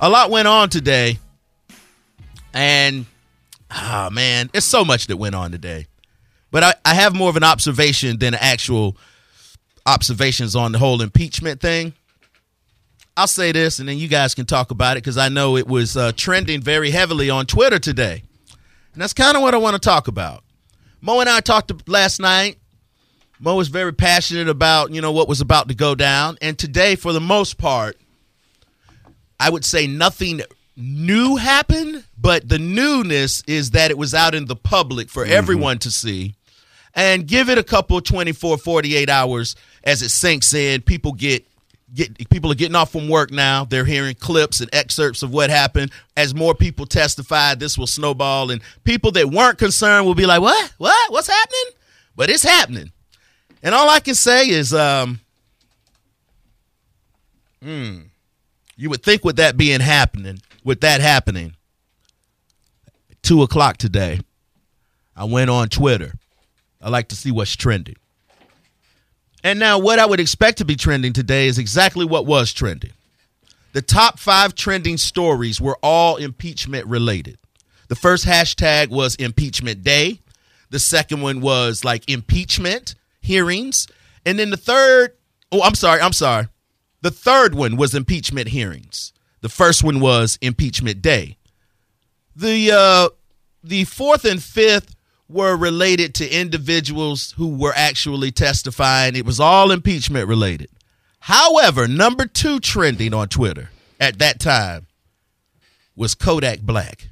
a lot went on today, and ah man, it's so much that went on today. But I, I have more of an observation than actual observations on the whole impeachment thing. I'll say this, and then you guys can talk about it because I know it was uh, trending very heavily on Twitter today, and that's kind of what I want to talk about. Mo and I talked last night. Mo was very passionate about you know what was about to go down, and today, for the most part, I would say nothing new happened, but the newness is that it was out in the public for everyone to see. And give it a couple 24, 48 hours as it sinks in. People get get people are getting off from work now. They're hearing clips and excerpts of what happened. As more people testify, this will snowball and people that weren't concerned will be like, "What? What? What's happening?" But it's happening. And all I can say is um You would think with that being happening, with that happening, two o'clock today, I went on Twitter. I like to see what's trending. And now, what I would expect to be trending today is exactly what was trending. The top five trending stories were all impeachment related. The first hashtag was impeachment day. The second one was like impeachment hearings. And then the third, oh, I'm sorry, I'm sorry. The third one was impeachment hearings. The first one was impeachment day. The uh, the fourth and fifth were related to individuals who were actually testifying. It was all impeachment related. However, number two trending on Twitter at that time was Kodak Black.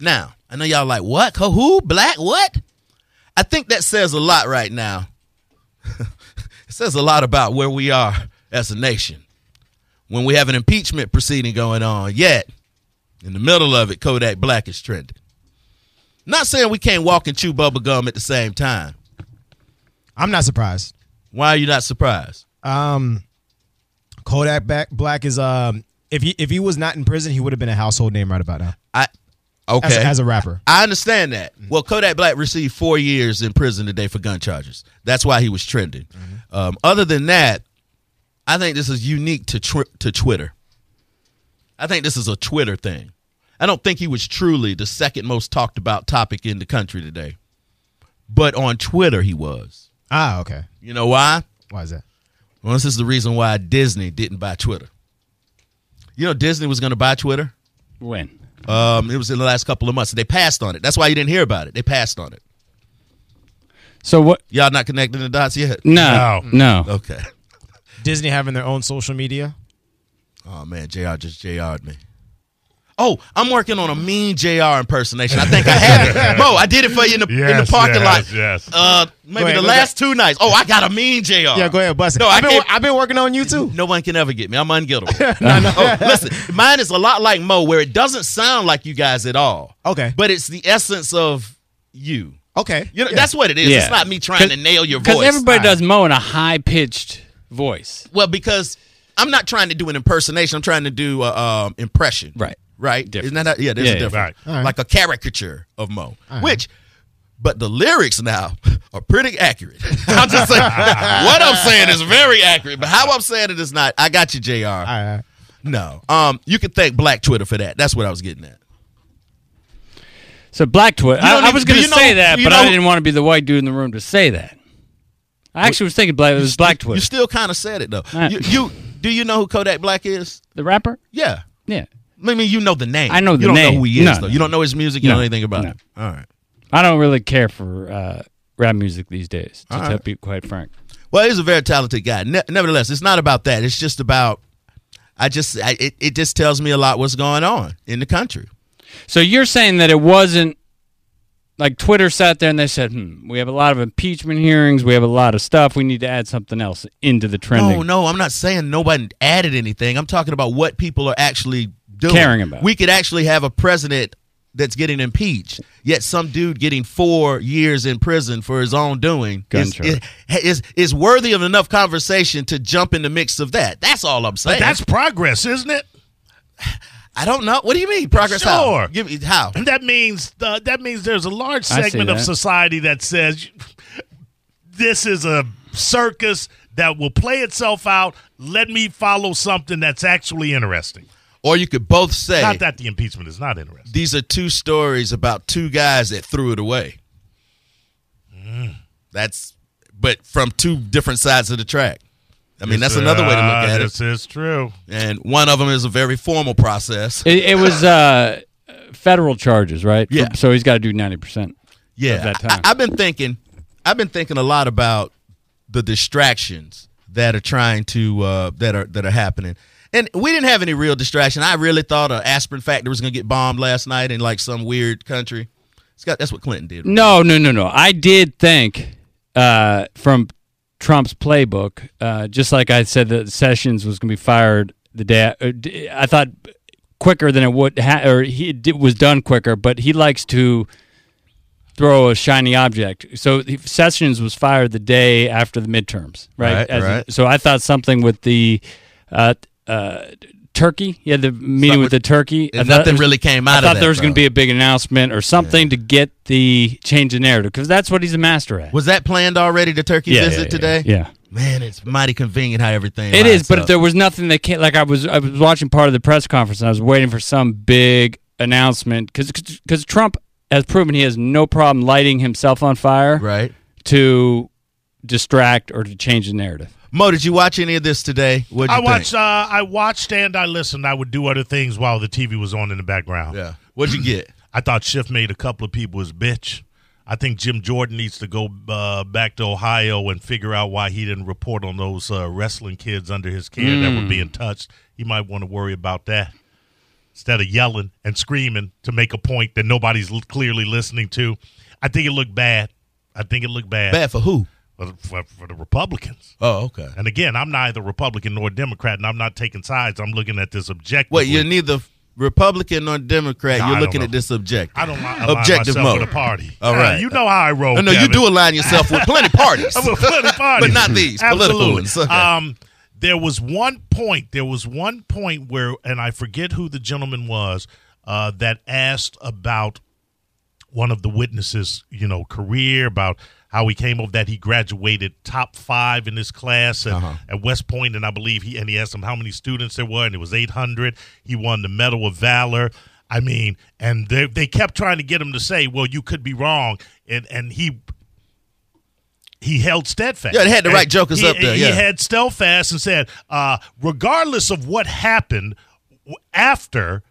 Now, I know y'all like, what? Ko- Who? Black? What? I think that says a lot right now it says a lot about where we are as a nation when we have an impeachment proceeding going on yet in the middle of it kodak black is trending not saying we can't walk and chew bubble gum at the same time I'm not surprised. why are you not surprised Um, Kodak Black- Black is um, if he if he was not in prison, he would have been a household name right about now i okay as, as a rapper. I understand that. Well, Kodak Black received four years in prison today for gun charges. That's why he was trending. Mm-hmm. Um, other than that, I think this is unique to tw- to Twitter. I think this is a Twitter thing. I don't think he was truly the second most talked about topic in the country today, but on Twitter he was. Ah, okay. You know why? Why is that? Well, this is the reason why Disney didn't buy Twitter. You know, Disney was going to buy Twitter. When? Um, it was in the last couple of months. They passed on it. That's why you didn't hear about it. They passed on it. So what? Y'all not connecting the dots yet? No, no. Okay. Disney having their own social media. Oh man, JR just JR'd me. Oh, I'm working on a mean JR impersonation. I think I have it. Mo, I did it for you in the, in the Yes, parking yes, lot. yes. Uh, maybe Go ahead, the go last two nights. Oh, I got a mean JR. Yeah, go ahead, bust it. No, I I've been, can't- I've been working on you too. No one can ever get me. I'm ungettable. Oh, listen, mine is a lot like Mo, where it doesn't sound like you guys at all. Okay. Oh, But it's the essence of you. Okay, You know, that's what it is. It's not me trying to nail your voice. Because everybody does Mo in a high pitched voice. Well, because I'm not trying to do an impersonation. I'm trying to do a um, impression. Right. Right. Difference. Isn't that how- yeah? There's Yeah, a yeah. difference. Right. All right. Like a caricature of Mo, which. But the lyrics now are pretty accurate. I'm just saying what I'm saying is very accurate, but how I'm saying it is not. I got you, Jr. All right, all right. No, um, you can thank Black Twitter for that. That's what I was getting at. So black Twitter. You don't I, I even- was going do to you say know- that, you but I know- didn't want to be the white dude in the room to say that. I actually was thinking black. It was black Twitter. You still kind of said it though. All right. You, you do you know who Kodak Black is? the rapper? Yeah, Yeah. I mean you know the name. I know you the don't name. know who he is No, though. no. You don't know his music. You No, don't know anything about no. it. All right. I don't really care for uh, rap music these days. To All tell right. be quite frank. Well, he's a very talented guy. Ne- nevertheless, it's not about that. It's just about I just I, it, it just tells me a lot what's going on in the country. So you're saying that it wasn't like Twitter sat there and they said, "Hmm, we have a lot of impeachment hearings. We have a lot of stuff. We need to add something else into the trending." No, no, I'm not saying nobody added anything. I'm talking about what people are actually doing. Caring about. We could actually have a president that's getting impeached, yet some dude getting four years in prison for his own doing Gun is, charge. is is worthy of enough conversation to jump in the mix of that. That's all I'm saying. That's progress, isn't it? I don't know. What do you mean progress? How? Sure. Give me how. And that means uh, that means there's a large I see segment of that. society that says this is a circus. that will play itself out. Let me follow something that's actually interesting. Or you could both say Not that the impeachment is not interesting. these are two stories about two guys that threw it away. Mm. That's but from two different sides of the track. I mean, that's another way to look Ah, at it. This is true. And one of them is a very formal process. It, it was uh, federal charges, right? Yeah. So he's got to do ninety percent. yeah, that time. I, have been thinking, I've been thinking a lot about the distractions that are trying to uh, that are that are happening. And we didn't have any real distraction. I really thought an aspirin factory was going to get bombed last night in like some weird country. It's got, that's what Clinton did. No, no, no, no. I did think uh, from Trump's playbook, uh, just like I said that Sessions was going to be fired the day. uh, d- I thought quicker than it would, ha- or he did, was done quicker. But he likes to throw a shiny object. So he- Sessions was fired the day after the midterms, right? Right, in- right. so I thought something with the. Uh, uh, Turkey, yeah, the meeting Something with the Turkey. I And thought it nothing was- really came I out of that. thought there was going bro. to be a big announcement or something to get the change in narrative because that's what he's a master at. Was that planned already? The turkey yeah, visit yeah, today? Yeah, Man, it's mighty convenient how everything. it lines is. But up. if there was nothing that came, like I was, I was watching part of the press conference and I was waiting for some big announcement because because Trump has proven he has no problem lighting himself on fire right, to distract or to change the narrative. Mo, did you watch any of this today? What I watched. Uh, I watched and I listened. I would do other things while the TV was on in the background. Yeah. What'd you get? I thought Schiff made a couple of people his bitch. I think Jim Jordan needs to go uh, back to Ohio and figure out why he didn't report on those uh, wrestling kids under his care that Mm. were being touched. He might want to worry about that instead of yelling and screaming to make a point that nobody's l- clearly listening to. I think it looked bad. I think it looked bad, Bad for who? For, for, for the Republicans. Oh, okay. And again, I'm neither Republican nor Democrat, and I'm not taking sides. I'm looking at this objectively. Wait, you're neither Republican nor Democrat. Nah, I you're don't looking know. at this objective. I don't li- align objective myself mode. with a party. All Yeah, right. you know how I roll. Oh, No, no, you Kevin. do align yourself with plenty parties, I'm a funny party. but not these political Absolutely. ones. Okay. Um, there was one point. There was one point where, and I forget who the gentleman was uh, that asked about one of the witnesses, you know, career about how he came over that he graduated top five in his class at, Uh-huh. at West Point, and I believe he and he asked him how many students there were, and it was eight hundred. He won the Medal of Valor. I mean, and they they kept trying to get him to say, "Well, you could be wrong," and and he he held steadfast. Yeah, they had the And right jokers he- up there, He yeah. had steadfast and said, uh, regardless of what happened w- after,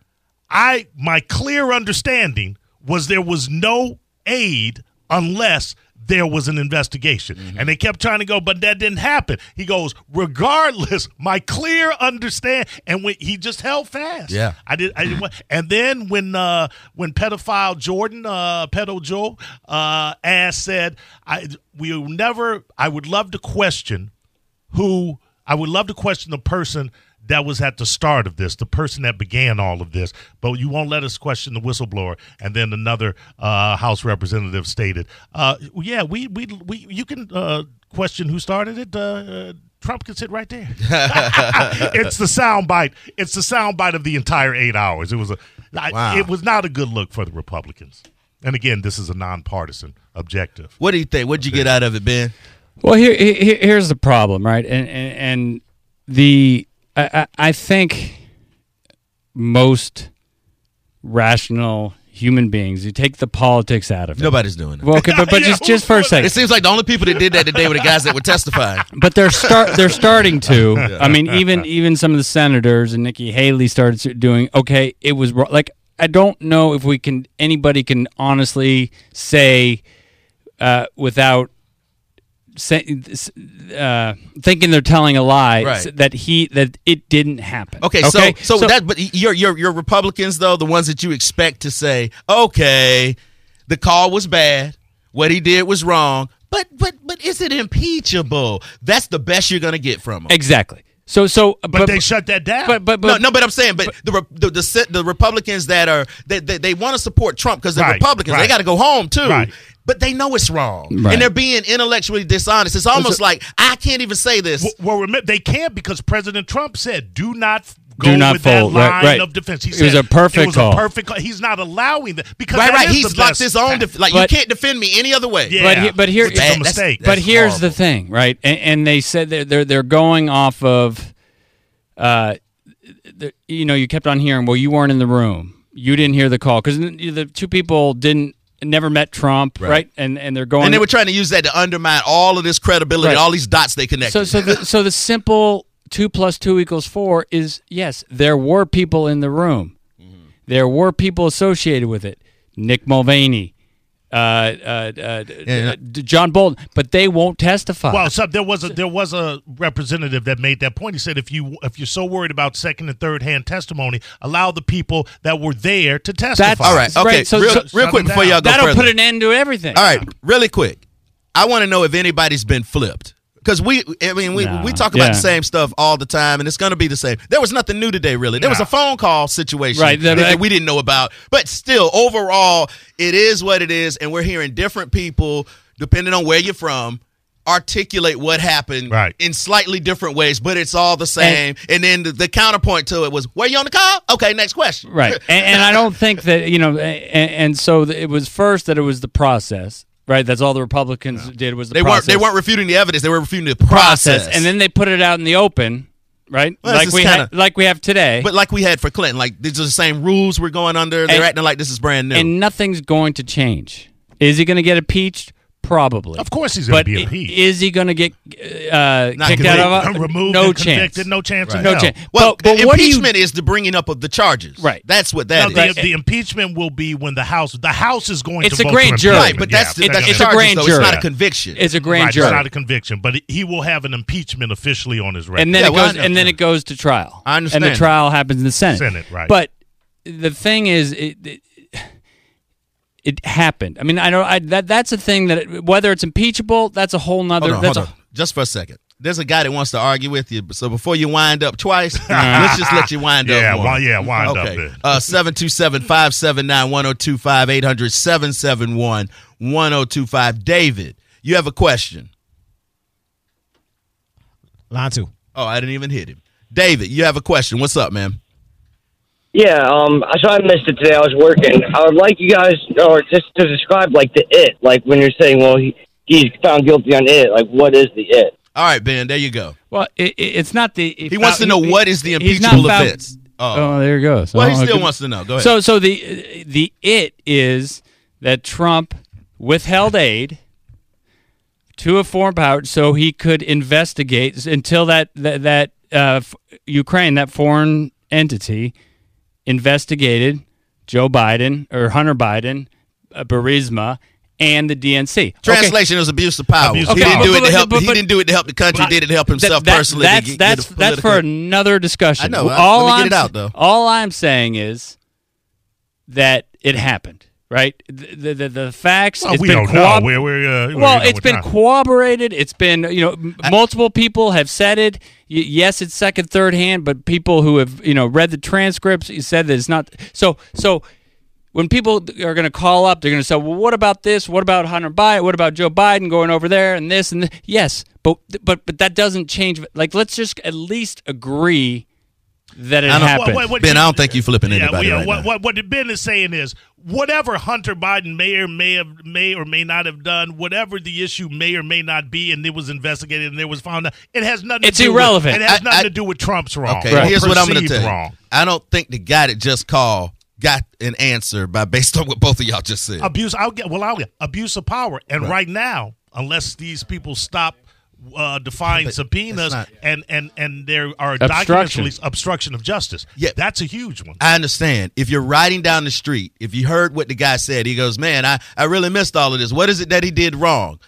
I my clear understanding was there was no aid unless there was an investigation. And they kept trying to go, but that didn't happen. He goes, regardless, my clear understand, and when, he just held fast. Yeah. I did. I did not and then when uh, when pedophile Jordan, uh, pedo Joe, uh, asked, said, "I we will never. I would love to question who. I would love to question the person that was at the start of this, the person that began all of this. But you won't let us question the whistleblower." And then another uh, House representative stated, uh, "Yeah, we we we you can uh, question who started it." Uh, uh, Trump can sit right there it's the sound bite. It's the sound bite of the entire eight hours. It was a. I- Wow. It was not a good look for the Republicans. And again, this is a nonpartisan objective. what do you think? What'd you get out of it, Ben? Well, here, he- he- here's the problem, right? And and, and the I, I I think most rational human beings, you take the politics out of it. Nobody's doing it. Well, okay, but, but Yeah, just just for a it second, seems like the only people that did that today were the guys that were testifying. but they're start they're starting to. I mean, even even some of the senators and Nikki Haley started s- doing. Okay, it was wrong. like I don't know if we can anybody can honestly say uh, without say, uh, thinking they're telling a lie Right. s- that he that it didn't happen. Okay, so so, that but your your your Republicans though, the ones that you expect to say, okay, the call was bad, what he did was wrong, but but but is it impeachable? That's the best you're gonna get from them. exactly. So so but But, they shut that down. but but, but no, no, but I'm saying, but, the, Re- the the se- the Republicans that are they they, they want to support Trump because they're Right, Republicans, they right. got to go home too. Right. But they know it's wrong, Right. and they're being intellectually dishonest. It's almost like I can't even say this. well, remember, they can't because President Trump said, "Do not go Do not with fold. that Right, line right. of defense. He It was said a perfect it was call. A perfect call. He's not allowing that because Right, that right. is He's the locked best his own. fact. Def- like But- you can't defend me any other way. Yeah. But he- but here- which is Bad. a That's- mistake. that's- but here's horrible. the thing, right? And, and they said they're they're they're going off of, uh, the, you know, you kept on hearing, well, you weren't in the room, you didn't hear the call because the two people didn't never met Trump, right? And and they're going And they were trying to use that to undermine all of this credibility, Right. all these dots they connected. so so the, so the simple two plus two equals four is yes, there were people in the room, Mm-hmm. there were people associated with it, Nick Mulvaney. Uh, uh, uh, yeah. d- John Bolton, but they won't testify. Well, so there was a there was a representative that made that point. He said if you if you're so worried about second and third hand testimony, allow the people that were there to testify. all right, okay. right, so- real, so- real quick Shut 'em before y'all down. go That'll further. put an end to everything. All right, really quick. I want to know if anybody's been flipped because we, I mean, we, Nah. we talk about Yeah. the same stuff all the time, and it's going to be the same. There was nothing new today, really. There was Nah. a phone call situation Right, that, that- that we didn't know about, but still, overall, it is what it is, and we're hearing different people depending on where you're from. Articulate what happened Right. in slightly different ways, but it's all the same. And, then the, the counterpoint to it was, "Were you on the call? Okay, next question." Right. And, and I don't think that, you know, and, and so th- it was first that it was the process, right? That's all the Republicans did was the They process. weren't. They weren't refuting the evidence. They were refuting the process. And then they put it out in the open, right? Well, this like is we kinda- ha- like we have today. But like we had for Clinton, like these are the same rules we're going under. They're And- acting like this is brand new. and nothing's going to change. Is he going to get impeached? Probably. Of course he's going But to be i- impeached. is he going to get uh, Not kicked out of Convicted, a removed, no and chance. convicted, no chance. in Right. No hell. chance. well, but, but what do you impeachment is the bringing up of the charges. Right. That's what No, that is. the, Right. the impeachment will be when the House the House is going It's to a vote grand for jury. Right, impeachment. but Yeah, that's they're that's not the gonna- a charges, grand though. It's not jury. a conviction. is a grand right, jury. It's not a conviction, but he will have an impeachment officially on his record. and then Yeah, it well, goes, I- and then it goes to trial. I understand And that. the trial happens in the Senate. Senate, right. But the thing is, it, it, it happened. I mean, I don't. I, that that's a thing that it- whether it's impeachable, that's a whole nother. hold on, that's hold on. Just for a second. There's a guy that wants to argue with you. So before you wind up twice, let's just let you wind yeah, up. one. well, yeah, wind Okay. up. Then. Uh, 727-579-1025, 800-771-1025. David, you have a question. Line two. Oh, I didn't even hit him. David, you have a question. What's up, man? Yeah, um, I- so I missed it today. I was working. I would like you guys, or just to describe like the it, like when you're saying, well, he, he's found guilty on it. Like, what is the it? All right, Ben, there you go. a, well, it, it- it's not the. He wants to know what is the he's not impeachable found- offense. Oh. Oh, there it goes. Well, he Oh, still good- wants to know. Go ahead. So, so the the it is that Trump withheld aid to a foreign power so he could investigate until that that, that uh, f- Ukraine that foreign entity investigated Joe Biden or Hunter Biden, uh, Burisma, and the DNC. Okay. Translation is abuse of power. Abuse he of didn't power. do it But- to but- help. but- he but- didn't do it to help the country. He did it to help himself That- that- personally. to That's get- get that's a that's for political- another discussion. I know. I- all let me I'm get it s- out, though. All I'm saying is that it happened, right? The the, the, the facts. Well, it's Uh, we been don't know. corrob- We're, we're, uh, we well, don't know it's what been time. corroborated. It's been you know m- multiple people have said it. Y- yes, it's second, third hand, but people who have you know read the transcripts said that it's not. So so when people are going to call up, they're going to say, "Well, what about this? What about Hunter Biden? What about Joe Biden going over there and this and th-? yes?" But but but that doesn't change. Like, let's just at least agree that it I don't- happened. What Ben, you- I don't think you flipping Yeah, anybody. we- right what, now. what what Ben is saying is whatever Hunter Biden may or may have may or may not have done, whatever the issue may or may not be, and it was investigated and it was found out, it has nothing. It's to do irrelevant. With, it has I- nothing I- to do with Trump's wrong. Okay, or here's what I'm going to perceived tell you. Wrong. I don't think the guy that just called got an answer by based on what both of y'all just said. Abuse. I'll get. Well, I'll get abuse of power. And right, now, unless these people stop. Uh, defying But that's subpoenas not- and and and there are documents Obstruction. released obstruction of justice. Yeah. that's a huge one. I understand. If you're riding down the street, if you heard what the guy said, he goes, "Man, I I really missed all of this. What is it that he did wrong?"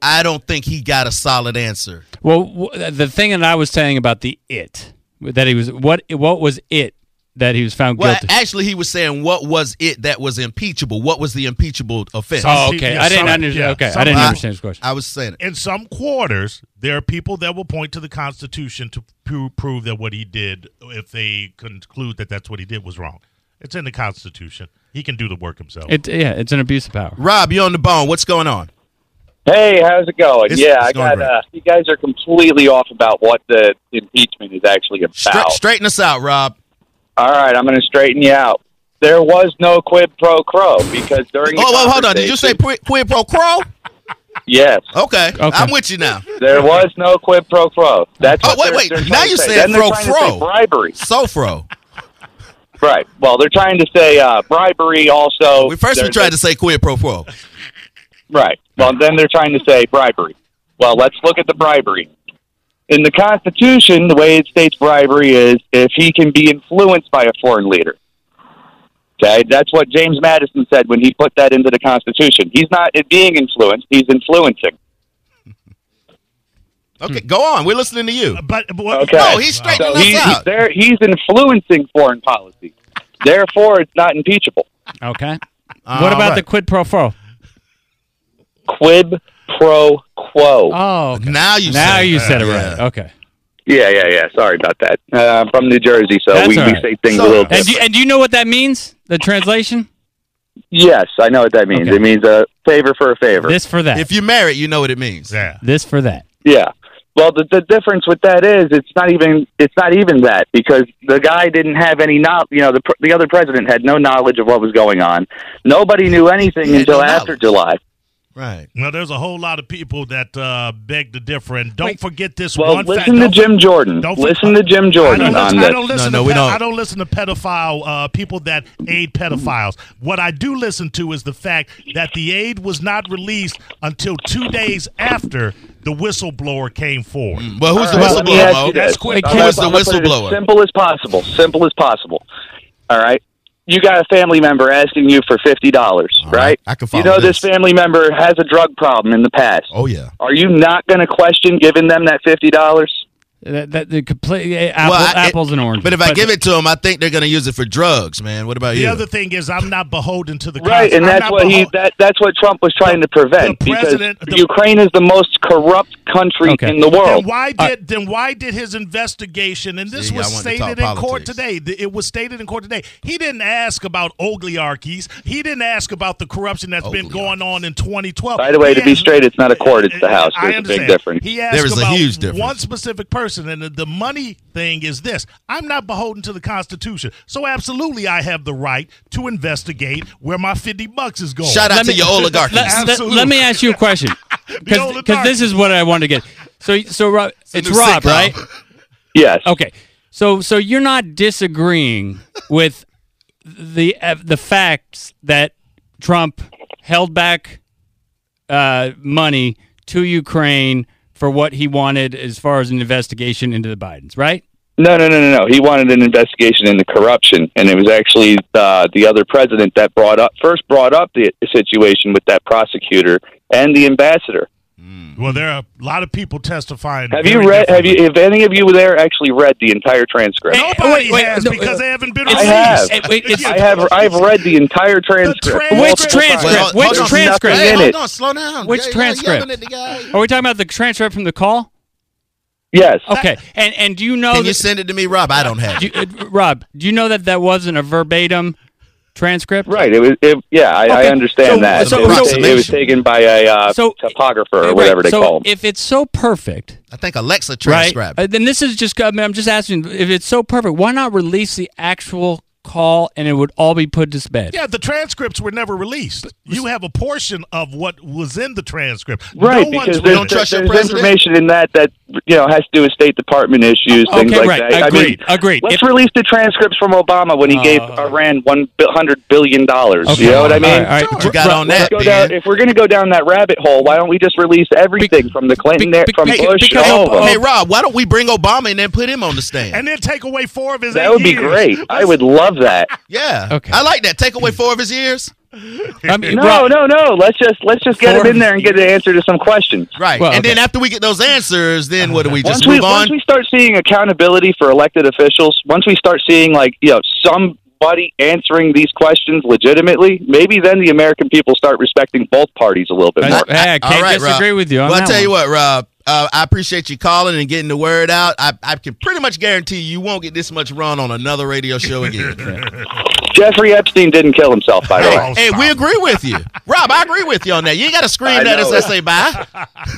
I don't think he got a solid answer. Well, w- the thing that I was saying about the it that he was what what was it that he was found Well, guilty? actually, he was saying, "What was it that was impeachable? What was the impeachable offense?" oh, okay. Yeah, I didn't some- understand. yeah, okay, some- I didn't I- understand his question. I was saying it. in some quarters, there are people that will point to the Constitution to pro- prove that what he did, if they conclude that that's what he did, was wrong. It's in the Constitution. He can do the work himself. It, yeah, it's an abuse of power. Rob, you're on the bone. What's going on? Hey, how's it going? It's- yeah, it's I going got. Uh, you guys are completely off about what the impeachment is actually about. Stra- straighten us out, Rob. All right, I'm going to straighten you out. There was no quid pro quo because during. Oh, the well, hold on. Did you say oh. conversation- qui- quid pro quo? yes? Okay. Okay. I'm with you now. There was no quid pro quo. That's Oh, what wait, they're- wait. they're Now trying to you say. said Then they're pro trying to fro. say bribery. Sofro. Right. Well, they're trying to say uh, bribery. Also, We first we They're- tried to say quid pro quo. Right. Well, then they're trying to say bribery. Well, let's look at the bribery. In the Constitution, the way it states bribery is if he can be influenced by a foreign leader. Okay, that's what James Madison said when he put that into the Constitution. He's not being influenced; he's influencing. Okay, go on. We're listening to you. But, but what- Okay. No, he's straightening So us he, he's out. there. He's influencing foreign policy. Therefore, it's not impeachable. Okay. what about the quid pro quo? Quid pro quo. Oh, the? Now you. now said it. you said it right. Yeah. Okay. Yeah, yeah, yeah. Sorry about that. Uh, I'm from New Jersey, so That's we, all we right. say things So- a little And different. And do, you, and do you know what that means? The translation? Yes, I know what that means. Okay. It means a favor for a favor. This for that. If you married, you know what it means. yeah. this for that. yeah. Well, the, the difference with that is it's not even it's not even that because the guy didn't have any knowledge. You know, the pr- the other president had no knowledge of what was going on. Nobody knew anything Yeah, until no after knowledge. July. Right. Well, there's a whole lot of people that uh, beg to differ, and don't forget this Well, one. fact. listen to Don't- Jim Jordan. don't- Listen to Jim I Jordan don't, on listen, I this. don't listen No, no, to we ped- don't. I don't listen to pedophile uh, people that aid pedophiles. What I do listen to is the fact that the aid was not released until two days after the whistleblower came forward. Well, who's All right, the let me whistleblower? ask you Mo? this. That's quick. I'm Who gonna- was the I'm gonna put it as whistleblower? Simple as possible. Simple as possible. All right. You got a family member asking you for fifty dollars, All right? right. I can follow you know this. this. family member has a drug problem in the past. Oh yeah. Are you not going to question giving them that fifty dollars? That, that the complete eh, apple, Well, I- it- apples and oranges. But if I give it to them, I think they're going to use it for drugs, man. What about The you? other thing is, I'm not beholden to the Right, Const- and I'm that's not what he behol- that that's what Trump was trying to prevent the because president- the- Ukraine is the most corrupt country Okay. in the world. Then why did then why did his investigation and this See, I was wanted to stated in talk court politics. today? th- It was stated in court today. He didn't ask about oligarchies. He didn't ask about the corruption Oh, that's been going on in 2012. By the way, He to be asked- straight, it's not a court; it's the I- House. I There's a big understand. difference. He asked There is a about huge difference. One specific person, and the, the money thing is this: I'm not beholden to the Constitution, so absolutely I have the right to investigate where my 50 bucks is going. Shout out to your let, oligarchies. let- let, Absolutely. me ask you a question. Because oligarchy. this is what I want to get. So, so Rob, it's new Rob, sitcom. right? Yes. Okay. So so you're not disagreeing with the uh, the facts that Trump held back uh, money to Ukraine for what he wanted as far as an investigation into the Bidens, right? No, no, no, no, no. He wanted an investigation into corruption, and it was actually uh, the other president that brought up first brought up the situation with that prosecutor and the ambassador. Well, there are a lot of people testifying. Have you very read? Have differently. you? If any of you were there, actually read the entire transcript. Hey, Nobody wait, wait, has no, because uh, they haven't been it's- released. I have. Wait, it's- I have. I've read the entire transcript. Which multiple transcript? times. Well, hold which on. transcript? Hey, In hold it. on, slow down. Which Yeah, yeah, transcript? yelling at the guy. Are we talking about the transcript from the call? Yes. Okay. And and do you Oh, know Can you that, send it to me, Rob? I don't have do it. you, uh, Rob, do you know that that wasn't a verbatim transcript? Right. It was. It, yeah, I, I Okay, understand so- that. so- it, was, so- ta- it was taken by a uh, So- topographer or Right, whatever they so call him. if it's so perfect, I think Alexa right? transcribed. Uh, it. then this is just. I mean, I'm just asking if it's so perfect. Why not release the actual call and it would all be put to bed? Yeah, the transcripts were never released. You have a portion of what was in the transcript. Right, no because one's there's, don't trust your there's president? information in that that you know has to do with State Department issues, things Okay, like right. that. Agreed, I mean, agreed. Let's If- Uh, release the transcripts from Obama when he gave Iran one bi- hundred billion dollars. Okay. You know what I All mean? right, all right. What you got on Let's that, go man? down, if we're going to go down that rabbit hole, why don't we just release everything from the Clinton, be- era- from because- Bush, because all of them? Obama- Hey, Rob, why don't we bring Obama and then put him on the stand? and then take away four of his. that eight would be years. great. I would love that. yeah. Okay. I like that. Take away four of his ears. I mean, No, Rob, no, no. Let's just let's just get him Four- in there and get an answer to some questions. Right. Well, and then okay. after we get those answers, then what do we just once we move on? once we start seeing accountability for elected officials, once we start seeing like you know somebody answering these questions legitimately, maybe then the American people start respecting both parties a little bit more. That's- hey, I can't disagree Rob. with you. On well, I that tell you one. what, Rob. Uh, I appreciate you calling and getting the word out. I, I can pretty much guarantee you won't get this much run on another radio show again. Jeffrey Epstein didn't kill himself, by the way. Oh, Hey, stop. we agree with you, Rob. I agree with you on that. You ain't got to I scream at us know. and say bye.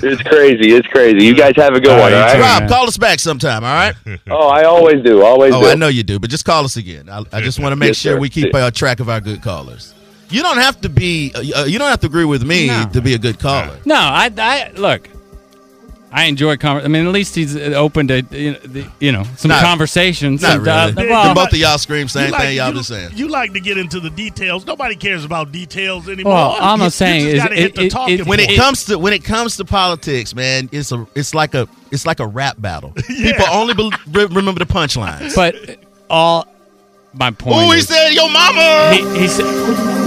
It's crazy. It's crazy. You guys have a good All one, all right, you right? Rob, man. call us back sometime. All right. Oh, I always do. Always Oh, do. I know you do, but just call us again. I, I just want to make Yes, sure sir. we keep uh, track of our good callers. You don't have to be. Uh, you don't have to agree with me No. to be a good caller. No, I, I look. I enjoy conver- I mean, at least he's uh, open to you know, the, you know some Not- conversations. Not some- uh, really. well, Can both of y'all scream You same like- thing. Y'all you- just saying. You like to get into the details. Nobody cares about details anymore. Well, I'm You- not saying you is- just gotta it- hit the it- talking it- when it point. comes to when it comes to politics, man, it's a it's like a it's like a rap battle. Yeah. People only be, re- remember the punchlines. but all my point. Oh, he is- said, "Yo, mama." he, he said,